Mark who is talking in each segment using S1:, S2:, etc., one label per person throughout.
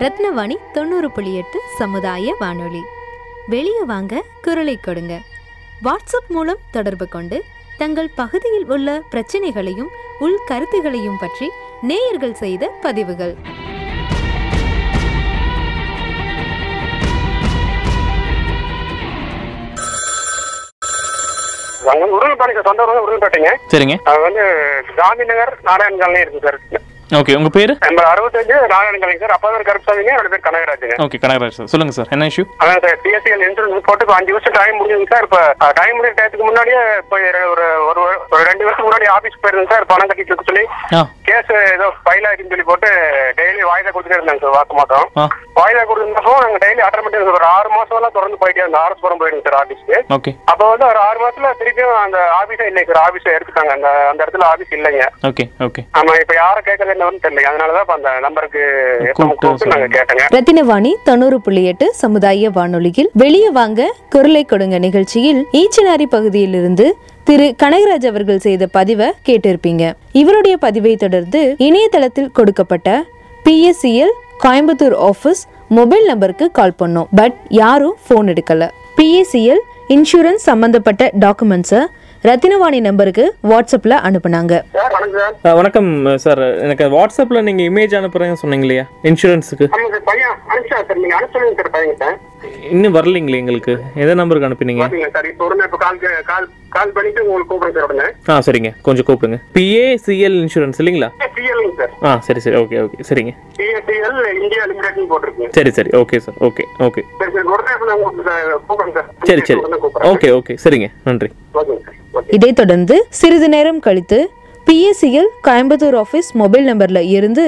S1: ரத்னவாணி தொண்ணூறு புள்ளி எட்டு சமுதாய வானொலி வெளியே வாங்க குரலை கொடுங்க வாட்ஸ்அப் மூலம் தொடர்பு கொண்டு தங்கள் பகுதியில் உள்ள பிரச்சனைகளையும் உள் கருத்துகளையும் பற்றி நேயர்கள் செய்த பதிவுகள்
S2: நாங்கள் உருளைப்பேட்டைக்கு சொந்த ஊர் உருளைப்பேட்டைங்க
S3: சரிங்க
S2: அது வந்து காந்தி நகர் நாராயணகாலனே இருக்கு சார்
S3: ஓகே உங்கள் பேர்
S2: நம்ம அறுபத்தஞ்சு நாராயணகாலிங்க சார் அப்பா பேர் கருப்பசாமிங்க என்னோட பேர் கனகராஜுங்க
S3: ஓகே கனகராஜ் சார் சொல்லுங்கள் சார் என்ன இஷ்யூ
S2: அதான் சார் பிஎஸ்சிஎல் இன்சூரன்ஸ் போட்டு இப்போ அஞ்சு வருஷம் டைம் முடிஞ்சதுங்க சார் இப்போ டைம் முடிஞ்ச டயத்துக்கு முன்னாடியே இப்போ ஒரு ஒரு ஒரு ரெண்டு வருஷம் முன்னாடி ஆஃபீஸ் போயிருந்தேங்க சார் பணம் கட்டிட்டு இருக்க சொல்லி
S3: ஆ
S2: கேஸ் ஏதோ ஃபைல் ஆகிருக்குன்னு சொல்லி போட்டு டெய்லி வாயிலா கொடுத்துட்டே இருந்தாங்க சார் வாக்கு மாட்டோம்
S3: ஆ
S2: வாயிலா கொடுத்துருந்தப்போ நாங்கள் டெய்லி ஆட்டோமேட்டிக் ஒரு ஆறு மாசம் எல்லாம் தொடர்ந்து போயிட்டே இருந்தோம் ஆர்எஸ்புரம் போயிடுங்க சார் ஆஃபீஸ்க்கு
S3: ஓகே
S2: அப்போ வந்து ஒரு ஆறு மாசத்துல திருப்பியும் அந்த ஆபீஸே இல்லைங்க சார் ஆபீஸை எடுத்துட்டாங்க அந்த அந்த இடத்துல ஆபீஸ் இல்லைங்க
S3: ஓகே ஓகே
S2: ஆமா இப்ப யார கேட்கறது என்னன்னு தெரியல அதனாலதான் இப்ப அந்த நம்பருக்கு
S3: கூப்பிட்டு
S2: கூப்பிட்டு நாங்க
S3: சொல்லுங்க.
S2: கேட்டேங்க
S1: ரத்தினவாணி தொண்ணூறு புள்ளி எட்டு சமுதாய வானொலியில் வெளியே வாங்க குரலை கொடுங்க நிகழ்ச்சியில் ஈச்சனாரி பகுதியிலிருந்து திரு கனகராஜ் அவர்கள் செய்த பதிவை கேட்டிருப்பீங்க இவருடைய பதிவை தொடர்ந்து இணையதளத்தில் கொடுக்கப்பட்ட பிஎஸ்சிஎல் கோயம்புத்தூர் ஆஃபீஸ் மொபைல் நம்பருக்கு கால் பண்ணோம் பட் யாரும் ஃபோன் எடுக்கல பிஎஸ்சிஎல் இன்சூரன்ஸ் சம்பந்தப்பட்ட டாக்குமெண்ட்ஸை ரத்தினவாணி நம்பருக்கு வாட்ஸ்அப்பில் அனுப்புனாங்க
S2: சார் வணக்கம் சார்
S3: ஆ, வணக்கம் சார் எனக்கு வாட்ஸ்அப்பில் நீங்கள் இமேஜ் அனுப்புகிறேன்னு சொன்னீங்க இல்லையா இன்சூரன்ஸுக்கு
S2: ஆமா சார் பையன் அனுப்பிச்சா சார் நீங்க அனுப்பிச்சுங்க சார் பையன் சார்
S3: இன்னும் வரலைங்களே எங்களுக்கு எந்த நம்பருக்கு அனுப்பினீங்க
S2: பாத்தீங்க சார் இப்போ உடனே இப்ப கால் கே- கால் கால் பண்ணிட்டு உங்களுக்கு கூப்பிடுறேன் சார் உடனே
S3: ஆ சரிங்க கொஞ்சம் கூப்பிடுங்க பிஏசிஎல் இன்சூரன்ஸ் இல்லைங்களா
S2: சிஎல்ங்க சார்
S3: ஆ சரி சரி ஓகே ஓகே சரிங்க
S2: சிஎஸ்டிஎல் இந்தியா லிமிடெட்னு போட்டிருக்குங்க
S3: சரி சரி ஓகே சார் ஓகே ஓகே
S2: சரி சார் உடனே இப்ப நான் உங்களுக்கு கூப்பிடுறேன் சார்
S3: சரி சரி
S2: உடனே கூப்பிடுறேன்
S3: ஓகே ஓகே சரிங்க நன்றி
S2: ஓகேங்க சார் ஓகே
S1: இதைத் தொடர்ந்து சிறிது நேரம் கழித்து பிஎஸ்சிஎல் கோயம்புத்தூர் ஆஃபீஸ் மொபைல் நம்பர்ல இருந்து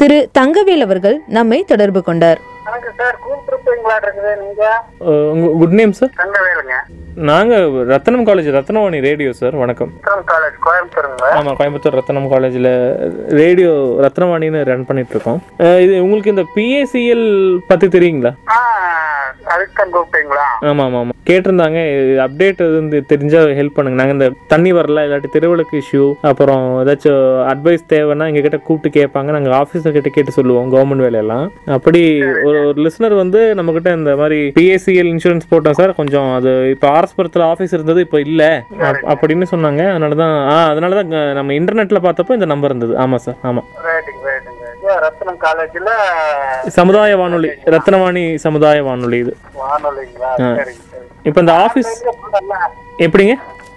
S1: திரு தங்கவேல் அவர்கள் நம்மை தொடர்பு கொண்டார்
S2: வணக்கம் சார் கூப்பிட்டுருப்பீங்களா இருக்குது நீங்க
S3: ஆ, உங்க குட் நேம் சார்
S2: கண்ட வேலுங்க
S3: நாங்கள் Rathnam college Rathnavani radio sir வணக்கம்
S2: காலேஜ் கோயம்புத்தூருங்க
S3: ஆமாம் கோயம்புத்தூர் ரத்னம் காலேஜில் ரேடியோ ரத்னவாணின்னு ரன் பண்ணிட்டு இருக்கோம் அஹ் இது உங்களுக்கு இந்த பிஏசிஎல் பற்றி தெரியுங்களா
S2: ஆ அதுக்கு தான் கூப்பிட்டீங்களா
S3: ஆமாம் ஆமாம் ஆமாம் கேட்டிருந்தாங்க அப்டேட் வந்து தெரிஞ்சால் ஹெல்ப் பண்ணுங்க நாங்கள் இந்த தண்ணி வரல இல்லாட்டி திருவிளக்கு இஷ்யூ அப்புறம் ஏதாச்சும் அட்வைஸ் தேவைன்னா எங்கள் கிட்ட கூப்பிட்டு கேட்பாங்க நாங்கள் ஆஃபீஸர் கிட்ட கேட்டு சொல்லுவோம் கவர்மெண்ட் வேலையெல்லாம் அப்படி ஒரு ஒரு லிசனர் வந்து நம்மக்கிட்ட இந்த மாதிரி பிஎஸ்சிஎல் இன்சூரன்ஸ் போட்டோம் சார் கொஞ்சம் அது இப்போ ஆர்ஸ்புரத்தில் ஆஃபீஸ் இருந்தது இப்போ இல்லை அப்படின்னு சொன்னாங்க அதனால தான் ஆ அதனால தான் க- நம்ம இன்டர்நெட்டில் பார்த்தப்போ இந்த நம்பர் இருந்தது ஆமாம் சார் ஆமாம்
S2: ரைட்டுங்க ரைட்டுங்க ஐயா ரத்னம் காலேஜில்
S3: சமுதாய வானொலி ரத்னவாணி சமுதாய வானொலி இது
S2: வானொலிங்களா சரிங்க சரி
S3: இப்போ இந்த ஆஃபீஸ் எப்படிங்க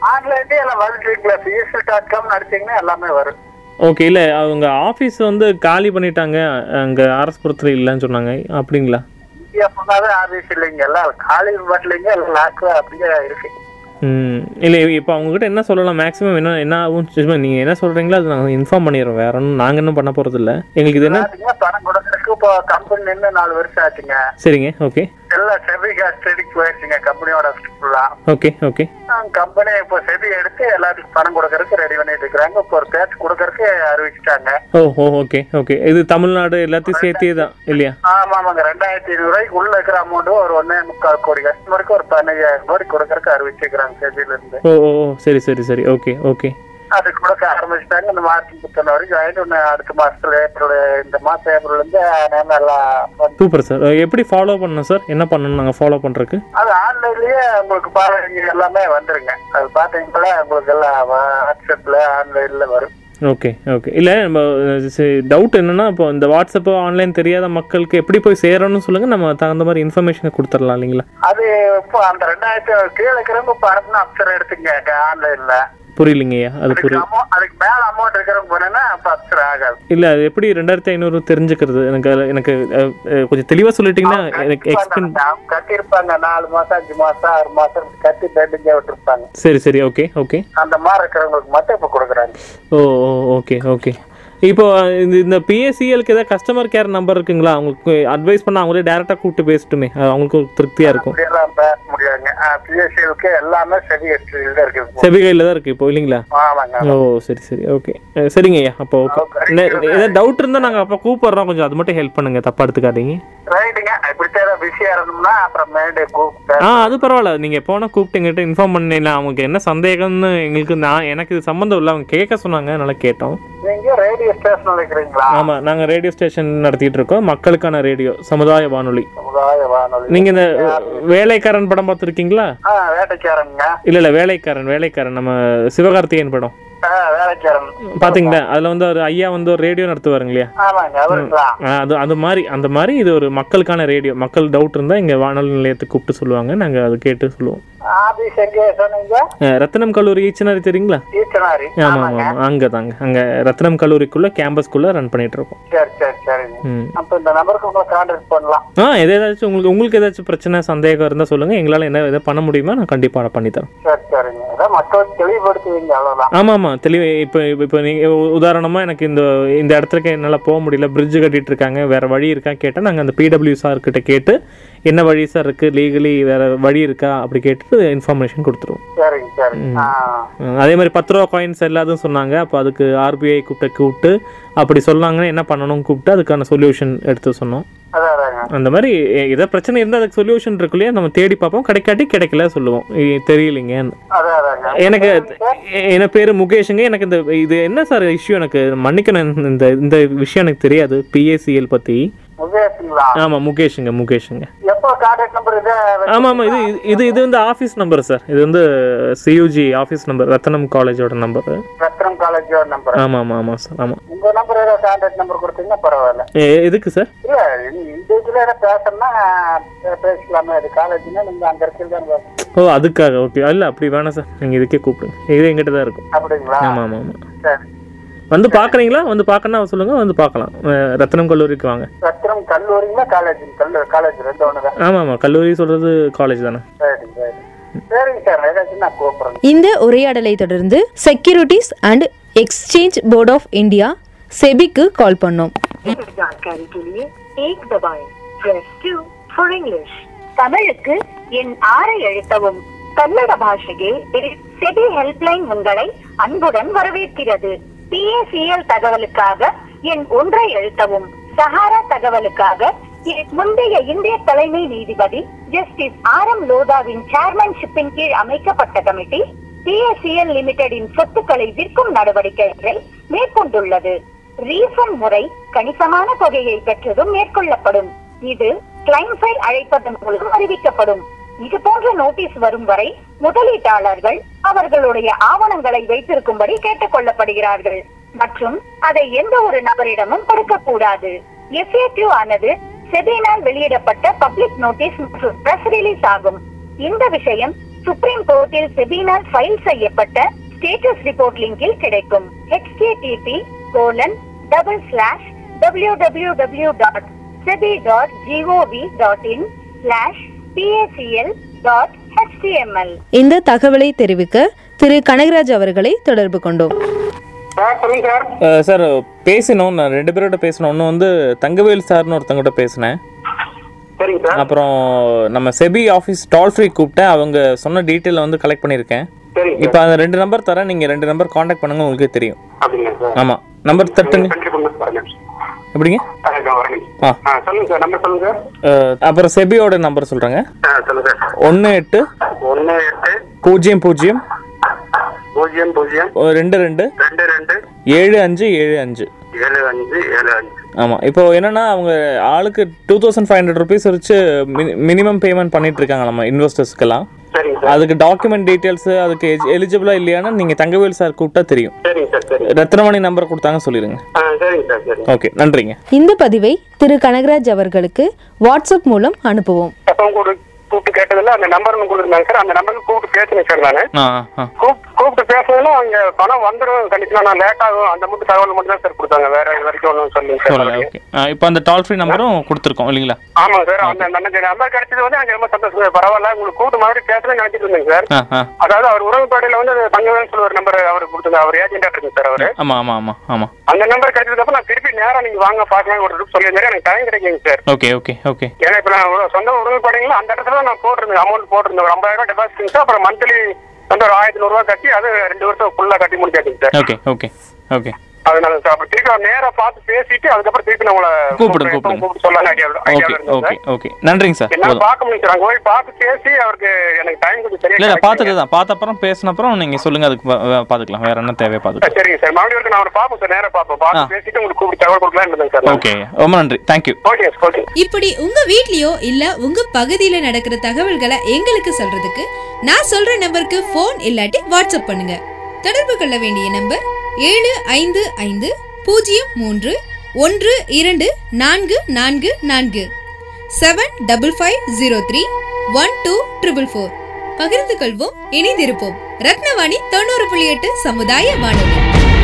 S2: ஆன்லைன்லேயே எல்லாம் வந்துட்டீங்களா பிஎஸ்எல் டாட் காம் அடிச்சிங்கன்னா எல்லாமே வரும்
S3: ஓகே இல்லை அவங்க ஆஃபீஸ் வந்து காலி பண்ணிட்டாங்க அங்கே அரசுபுரத்தில் இல்லைன்னு சொன்னாங்க அப்படிங்களா
S2: இந்தியா ஃபுல்லாகவே ஆர்விஸ் இல்லைங்க எல்லாம் காலேஜ் வரலைங்க எல்லாம் லாஸ்ட்டாக அப்படியே இருக்கு
S3: ம் இல்லை இப்போ அவங்ககிட்ட என்ன சொல்லலாம் மேக்ஸிமம் என்ன என்ன ஆகும் சும்மா நீங்கள் என்ன சொல்கிறீங்களோ அது நாங்கள் இன்ஃபார்ம் பண்ணிடுறோம் வேற ஒன்றும் நாங்கள் இன்னும் பண்ண போகிறது இல்லை எங்களுக்கு இது என்ன
S2: பார்த்தீங்கன்னா பணம் கொடுக்கறதுக்கு இப்போ கம்பெனி நின்று நாலு வருஷம் ஆச்சுங்க
S3: சரிங்க ஓகே
S2: எல்லாம் செபி கஸ்டடிக்கு போயிடுச்சுங்க கம்பெனியோட ஃபுல்லாக
S3: ஓகே ஓகே
S2: கம்பெனி இப்போ செபி எடுத்து எல்லாத்துக்கும் பணம் கொடுக்கறதுக்கு ரெடி பண்ணிட்டு இருக்கிறாங்க இப்போ ஒரு பேச்சு கொடுக்கறதுக்கு அறிவிச்சுட்டாங்க
S3: ஓ ஓ ஓகே ஓகே இது தமிழ்நாடு எல்லாத்தையும் சேர்த்தே தான் இல்லையா
S2: ஆமா ஆமாங்க ரெண்டாயிரத்தி ஐநூறு ரூபாய்க்கு உள்ள இருக்கிற அமௌண்ட் ஒரு ஒன்னே முக்கால் கோடி கஸ்டமருக்கு ஒரு பதினஞ்சாயிரம் கோடி கொடுக்கறதுக்கு அறிவிச்சிருக்கிறாங்க செபியில இருந்து
S3: ஓ ஓ ஓ, சரி சரி சரி ஓகே ஓகே
S2: அது கொடுக்க ஆரம்பிச்சிட்டாங்க இந்த மார்ச் முப்பத்தொன்னு வரைக்கும் ஆயிட்டு ஒண்ணு அடுத்த மாசத்துல ஏப்ரல் இந்த மாசம் ஏப்ரல் இருந்து நேரம் எல்லாம் வந்து-
S3: சூப்பர் சார் எப்படி ஃபாலோ பண்ணணும் சார் என்ன பண்ணணும் நாங்கள் ஃபாலோ பண்ணுறதுக்கு
S2: அது ஆன்லைன்லயே உங்களுக்கு பாருங்க எல்லாமே வந்துருங்க அது பாத்தீங்கன்னா உங்களுக்கு எல்லாம் வாட்ஸ்அப்ல ஆன்லைன்ல வரும்
S3: ஓகே ஓகே இல்லை நம்ம டவுட் என்னன்னா இப்போ இந்த வாட்ஸ்அப்போ ஆன்லைன் தெரியாத மக்களுக்கு எப்படி போய் சேரணும்னு சொல்லுங்கள் நம்ம தகுந்த மாதிரி இன்ஃபர்மேஷனை கொடுத்துடலாம் இல்லைங்களா
S2: அது இப்போ அந்த ரெண்டாயிரத்தி ஐநூறு கீழே இருக்கிறவங்க இப்போ அனுப்புனா அப்சர் எடுத்துங்க ஆன்லைன்ல
S3: புரியலிங்கய்யா அது
S2: அதுக்கு
S3: புரியும்
S2: amount- அதுக்கு மேல அமௌண்ட் இருக்கிறவங்க போனேன்னா அப்ப அப்சர் ஆகாது
S3: இல்லை அது எப்படி ரெண்டாயிரத்தி ஐநூறு தெரிஞ்சுக்கிறது எனக்கு அதுல- எனக்கு அஹ், அஹ், கொஞ்சம் தெளிவாக சொல்லிட்டீங்கன்னா எனக்கு எக்ஸ்பிளைன்
S2: அவங்க கட்டியிருப்பாங்க நாலு மாசம் அஞ்சு மாசம் ஆறு மாசம் இப்படி கட்டி பெண்டிங்க விட்டுருப்பாங்க
S3: சரி சரி ஓகே ஓகே
S2: அந்த மாதிரி இருக்கிறவங்களுக்கு மட்டும் இப்ப கொடுக்குறாங்க
S3: ஓ ஓ ஓகே ஓகே இப்போ இந்த இந்த பிஎஸ்சிஎலுக்கு ஏதாவது கஸ்டமர் கேர் நம்பர் இருக்குங்களா அவங்களுக்கு அட்வைஸ் பண்ண அவங்களே டேரெக்டாக கூப்பிட்டு பேசட்டுமே அது அவங்களுக்கு ஒரு திருப்தியாக இருக்கும்
S2: அப்படியெல்லாம் பேச முடியாதுங்க பிஎஸ்சிஎலுக்கு எல்லாமே சரி தான் இருக்குது
S3: செவி கையில் தான் இருக்குது இப்போ இல்லைங்களா
S2: ஆமாங்க
S3: ஓ சரி சரி ஓகே சரிங்க ஐயா அப்போ ஓகே
S2: Okay.
S3: ஏதாவது டவுட் இருந்தால் நாங்கள் அப்போ கூப்பிட்றோம் கொஞ்சம் அது மட்டும் ஹெல்ப் பண்ணுங்க தப்பாக எடுத்துக்காதீங்க
S4: ரைட்டுங்க இப்படித்தான் ஏதாவது பிஸியா இருந்தோம்னா அப்புறம் மேடே கூப்பிட்டேன்
S3: ஆ அது பரவாயில்ல நீங்கள் எப்போ வேணால் கூப்பிட்டு எங்கிட்ட இன்ஃபார்ம் பண்ணல அவங்களுக்கு என்ன சந்தேகம்னு எங்களுக்கு நான் எனக்கு இது சம்மந்தம் இல்லை அவங்க கேட்க சொன்னாங்க அதனால கேட்டோம்
S4: நீங்க ரேடியோ ஸ்டேஷன் வைக்கிறீங்களா
S3: ஆமாம் நாங்கள் ரேடியோ ஸ்டேஷன் நடத்திட்டு இருக்கோம் மக்களுக்கான ரேடியோ சமுதாய வானொலி
S4: சமுதாய வானொலி
S3: நீங்கள் இந்த வேலைக்காரன் படம் பார்த்துருக்கீங்களா
S4: ஆ வேட்டைக்காரங்க
S3: இல்லை இல்லை வேலைக்காரன் வேலைக்காரன் நம்ம சிவகார்த்திகேயன் படம்
S4: ஆ வேலைக்காரன்
S3: பாத்தீங்களா அதுல வந்து ஒரு ஐயா வந்து ஒரு ரேடியோ நடத்துவாருங்க இல்லையா
S4: ஆமாங்க அவருங்களா
S3: ஆஹ் அது அது மாதிரி அந்த மாதிரி இது ஒரு மக்களுக்கான ரேடியோ மக்கள் டவுட் இருந்தா இங்க வானொலி நிலையத்துக்கு கூப்பிட்டு சொல்லுவாங்க நாங்க அது கேட்டு சொல்லுவோம்
S4: ஆபீஸ் எங்க சொன்னீங்க
S3: ஆஹ் ரத்தினம் கல்லூரி ஈச்சனாரி தெரியுங்களா
S4: ஈச்சனாரி
S3: ஆமா ஆமா ஆமா. அங்க தாங்க அங்க ரத்தினம் கல்லூரிக்குள்ள கேம்பஸ்க்குள்ள ரன் பண்ணிட்டு இருக்கோம்
S4: சரி சரி சரிங்க
S3: ம்.
S4: அப்ப இந்த நம்பருக்கு உங்களை கான்டாக்ட் பண்ணலாம்
S3: ஆ எது ஏதாச்சும் உங்களுக்கு உங்களுக்கு ஏதாச்சும் பிரச்சனை சந்தேகம் இருந்தா சொல்லுங்க எங்களால என்ன எதாவது பண்ண முடியுமா நான் கண்டிப்பா நான் பண்ணி தரேன்
S4: சரி சரிங்க அதான் மக்களுக்கு தெளிவுபடுத்துவீங்க அவ்வளவுதான்
S3: ஆமா ஆமா தெளிவு இப்போ இப்போ நீங்க உ- உதாரணமா எனக்கு இந்த இந்த இடத்துக்கு என்னால போக முடியல bridge கட்டிட்டு இருக்காங்க வேற வழி இருக்கா கேட்டா நாங்க அந்த பிடபிள்யூ சார் கிட்ட கேட்டு என்ன வழி சார் இருக்கு லீகலி வேற வழி இருக்கா அப்படி கேட்டு இன்ஃபர்மேஷன் கொடுத்துருவோம்
S4: சரிங்க சரிங்க ஆ
S3: அஹ் அதே மாதிரி பத்து ரூபா காயின்ஸ் எல்லாதும் சொன்னாங்க அப்போ அதுக்கு ஆர்பிஐ கூப்பிட்ட கூப்பிட்டு அப்படி சொன்னாங்கன்னா என்ன பண்ணணும்னு கூப்பிட்டு அதுக்கான சொல்யூஷன் எடுத்து சொன்னோம்
S4: அதான் அதாங்க
S3: அந்த மாதிரி எ- ஏதாவது பிரச்சனை இருந்தால் அதுக்கு சொல்யூஷன் இருக்கு இல்லையா நம்ம தேடி பார்ப்போம் கிடைக்காட்டி கிடைக்கல சொல்லுவோம் இ- தெரியலைங்க
S4: அதான் அதாங்க
S3: எனக்கு எ- என் பேர் முகேஷுங்க எனக்கு இந்த இது என்ன சார் இஷ்யூ எனக்கு மன்னிக்கணும் இந்த இந்த விஷயம் எனக்கு தெரியாது பிஏசிஎல் பத்தி
S4: உதயசுங்களா
S3: ஆமா முகேஷுங்க முகேஷுங்க
S4: எப்போ கான்டாக்ட் நம்பர் இதே
S3: ஆமா ஆமா இது இது- இது இது வந்து ஆஃபீஸ் நம்பர் சார் இது வந்து சியூஜி ஆஃபீஸ் நம்பர் ரத்தனம் காலேஜோட நம்பர்
S4: ரத்னம் காலேஜோட நம்பர்
S3: ஆமா ஆமா ஆமா சார் ஆமா
S4: உங்க நம்பர் ஏதோ கான்டாக்ட் நம்பர் கொடுத்தீங்கன்னா பரவாயில்ல
S3: எ- எதுக்கு சார்
S4: இல்ல இண்டிவிஜுவலா ஏதோ பேசணும்னா பே- பேசலாமே அது காலேஜ்னா நீங்க அங்க இருக்கிறது தான் பேசணும்.
S3: ஓ அதுக்காக ஓகே இல்ல அப்படி வேணாம் சார் நீங்க இதுக்கே கூப்பிடுங்க இது எங்கிட்ட தான் இருக்கும்
S4: அப்படிங்களா
S3: ஆமா ஆமா ஆமா
S4: சரி
S3: வந்து பார்க்கறீங்களா வந்து பார்க்கணும்னா சொல்லுங்க வந்து பார்க்கலாம் அஹ் ரத்தனம் கல்லூரிக்கு வாங்க
S4: ரத்னம் கல்லூரிங்களா காலேஜ் கல்லூரி காலேஜ் ரெண்டு ஒன்று தான்
S3: ஆமா ஆமா கல்லூரி சொல்றது காலேஜ் தானே
S4: சரிங்க சரி சரிங்க சார் ஏதாச்சும் நான் கூப்பிட்றேன்
S1: இந்த உரையாடலை தொடர்ந்து securities and exchange board of India செபிக்கு கால் பண்ணோம்
S5: अधिक जानकारी के लिए एक दबाएं प्रेस टू फॉर इंग्लिश தமிழுக்கு என் ஆரை அழுத்தவும் கன்னட பாஷையில் செபி ஹெல்ப்லைன் உங்களை அன்புடன் வரவேற்கிறது பிஏசிஎல் தகவலுக்காக என் ஒன்றை அழுத்தவும் சஹாரா தகவலுக்காக என் முந்தைய இந்திய தலைமை நீதிபதி ஜஸ்டிஸ் ஆர் எம் லோதாவின் சேர்மன்ஷிப்பின் கீழ் அமைக்கப்பட்ட கமிட்டி பிஎஸ்சிஎல் லிமிடெடின் சொத்துக்களை விற்கும் நடவடிக்கைகளை மேற்கொண்டுள்ளது ரீஃபண்ட் முறை கணிசமான தொகையை பெற்றதும் மேற்கொள்ளப்படும் இது கிளைம் ஃபைல் அழைப்பதன் மூலம் அறிவிக்கப்படும் இது போன்ற நோட்டீஸ் வரும் வரை முதலீட்டாளர்கள் அவர்களுடைய ஆவணங்களை வைத்திருக்கும்படி கேட்டுக் கொள்ளப்படுகிறார்கள் மற்றும் அதை எந்த ஒரு நபரிடமும் கொடுக்கக்கூடாது எஃப்ஏக்யூ ஆனது செபினால் வெளியிடப்பட்ட பப்ளிக் நோட்டீஸ் மற்றும் பிரஸ் ரிலீஸ் ஆகும் இந்த விஷயம் சுப்ரீம் கோர்ட்டில் செபினால் ஃபைல் செய்யப்பட்ட ஸ்டேட்டஸ் ரிப்போர்ட் லிங்கில் கிடைக்கும் http colon double slash W W W dot SEBI dot GOV dot in slash PACL dot HTML
S1: இந்த தகவலை தெரிவிக்க திரு கனகராஜ் அவர்களை தொடர்பு கொண்டோம்
S2: சார் சொல்லுங்க சார்
S3: அஹ் சார் பேசினோம் நான் ரெண்டு பேரோட பேசினோம் ஒன்று வந்து தங்கவேல் சார்னு ஒருத்தங்கிட்ட பேசினேன்
S2: சரிங்க சார்
S3: அப்புறம் நம்ம செபி ஆஃபீஸ் டோல் ஃப்ரீ கூப்பிட்டேன் அவங்க சொன்ன டீட்டெயிலை வந்து கலெக்ட் பண்ணியிருக்கேன்
S2: சரிங்க
S3: இப்போ அந்த ரெண்டு நம்பர் தரேன் நீங்கள் ரெண்டு நம்பர் காண்டாக்ட் பண்ணுங்க உங்களுக்கே தெரியும்
S2: அப்படிங்களா சார்
S3: ஆமாம் நம்பர் தட்டுங்க
S2: கண்டிப்பா மிஸ் வரணும்
S3: எப்படிங்க
S2: ஆ, இதோ வரணும்
S3: ஆ.
S2: ஆ, சொல்லுங்க சார் நம்பர் சொல்லுங்க சார்
S3: அஹ் அப்புறம் செபியோட நம்பர் சொல்கிறேங்க
S2: ஆ, சொல்லுங்க சார்
S3: ஒன்று எட்டு
S2: ஒன்னு எட்டு
S3: பூஜ்ஜியம் பூஜ்ஜியம்
S2: பூஜ்ஜியம் பூஜ்ஜியம்
S3: ஒரு ரெண்டு ரெண்டு
S2: ரெண்டு ரெண்டு
S3: ஏழு அஞ்சு ஏழு அஞ்சு
S2: ஏழு அஞ்சு ஏழு அஞ்சு
S3: ஆமாம் இப்போ என்னன்னா அவங்க ஆளுக்கு two thousand five hundred rupees வச்சு மினிமம் பேமெண்ட் பண்ணிட்டு இருக்காங்க நம்ம இன்வெஸ்டர்ஸ்க்கெல்லாம்
S2: சரிங்க சார்
S3: அதுக்கு டாக்குமெண்ட் டீட்டெயில்ஸ் அதுக்கு எலிஜிபிளா இல்லையான்னு நீங்க தங்கவேல் சார் கூப்பிட்டா தெரியும்
S2: சரிங்க சார் சரிங்க
S3: ரத்னமணி நம்பர் கொடுத்தாங்க சொல்லிடுங்க
S2: ஆ சரிங்க சார் சரிங்க
S3: ஓகே நன்றிங்க
S1: இந்த பதிவை திரு கனகராஜ் அவர்களுக்கு வாட்ஸ்அப் மூலம் அனுப்புவோம்
S2: அப்போ கூட கூப்பிட்டு கேட்டதில்ல அந்த நம்பர் கொடுத்துருந்தாங்க சார் அந்த நம்பருக்கு கூப்பிட்டு பேசினேன் சார் நான்
S3: ஆ ஆ
S2: கூப்பிட்டு பேசுனதுல அவங்க பணம் வந்துடும் கண்டிப்பா நான் லேட் ஆகும் அந்த மட்டும் தகவல் மட்டும் தான் சார் கொடுத்தாங்க வேற இது வரைக்கும் ஒன்றும் சொல்லுங்க
S3: சொல்லலை
S2: சார்
S3: ஓகே இப்போ அந்த டால் ஃப்ரீ நம்பரும் கொடுத்துருக்கோம் இல்லைங்களா
S2: ஆமாங்க சார் அந்த அந்த நம்பர் கிடைச்சது வந்து எனக்கு ரொம்ப சந்தோஷம் சார். பரவாயில்ல உங்களுக்கு கூப்பிட்டு மாதிரி பேசணும்னு நினைச்சிட்டு இருந்தேங்க சார்
S3: ஆ ஆ
S2: அதாவது அவர் உறவுப்பாடையில வந்து தங்கவேல் சொல்லி ஒரு நம்பர் அவர் கொடுத்தாங்க அவர் ஏஜென்டா இருக்கு சார் அவரு
S3: ஆமா ஆமா ஆமா ஆமா
S2: அந்த நம்பர் கிடைச்சதுக்கு அப்புறம் நான் திருப்பி நேரா நீங்க வாங்க பாக்கலாம் ஒரு ட்ரிப் சொல்லியிருந்தாரு எனக்கு டைம் கிடைக்குங்க சார்
S3: ஓகே ஓகே ஓகே
S2: ஏன்னா இப்ப நான் ஒரு சொந்த உறவுப்பாடைங்களா அந்த இடத்துல தான் நான் போட்டிருந்தேன் அமௌண்ட் போட்டிருந்தேன் ஒரு ஐம்பதாயிரம் ரூபாய் டெபாசிட் சார் அப்புறம் மந்த்லி வந்து ஒரு ஆயிரத்தி நூறுரூவா கட்டி அது ரெண்டு வருஷம் ஃபுல்லா கட்டி முடிச்சாச்சுங்க சார்
S3: ஓகே ஓகே ஓகே
S2: ஆ அதனால சார் அப்ப திருப்பி அவர் நேரா பார்த்து பேசிட்டு அதுக்கப்புறம் திருப்பி நான் உங்களை
S3: கூப்பிடுங்க
S2: கூப்பிட்டு
S3: கூப்பிடுங்க
S2: கூப்பிட்டு சொல்லலாம் ஐடியாவில்
S3: ஓகே
S2: ஐடியாவில் இருந்தேன்
S3: ஓகே
S2: சார்
S3: ஓகே நன்றிங்க சார்
S2: என்னால
S3: போதும்
S2: பார்க்க முடியும் சார் அங்க போய் பார்த்து பேசி அவருக்கு எனக்கு டைம் கொஞ்சம் சரியா
S3: இல்லை இல்லை
S2: கிடைக்கலைங்க.
S3: பார்த்துட்டு தான் பார்த்த அப்புறம் பேசின அப்புறம் நீங்கள் சொல்லுங்கள் அதுக்கு பா- வா- பார்த்துக்கலாம் வேறு என்ன தேவையை
S2: ஆ,
S3: பார்த்துக்கலாம்
S2: சரிங்க சார் மறுபடியும் வரைக்கும் நான் அவரை பார்ப்போம் சார் நேரா பார்ப்போம்
S3: ஆ.
S2: பார்த்து பேசிட்டு உங்களுக்கு கூப்பிட்டு தகவல் கொடுக்கலாம்னு இருந்தேன் சார் நான்.
S3: ஓகே ரொம்ப நன்றி தேங்க்யூ
S2: ஓகே சார், ஓகே
S1: இப்படி உங்க வீட்லயோ இல்ல உங்க பகுதியில நடக்கிற தகவல்களை எங்களுக்கு சொல்றதுக்கு நான் சொல்ற நம்பருக்கு ஃபோன் இல்லாட்டி வாட்ஸ்அப் பண்ணுங்க தொடர்பு கொள்ள வேண்டிய நம்பர் ஏழு ஐந்து ஐந்து பூஜ்ஜியம் மூன்று ஒன்று இரண்டு நான்கு நான்கு நான்கு seven double five zero three one two triple four பகிர்ந்து கொள்வோம் இணைந்திருப்போம் ரத்னவாணி தொண்ணூறு புள்ளி எட்டு சமுதாய வானொலி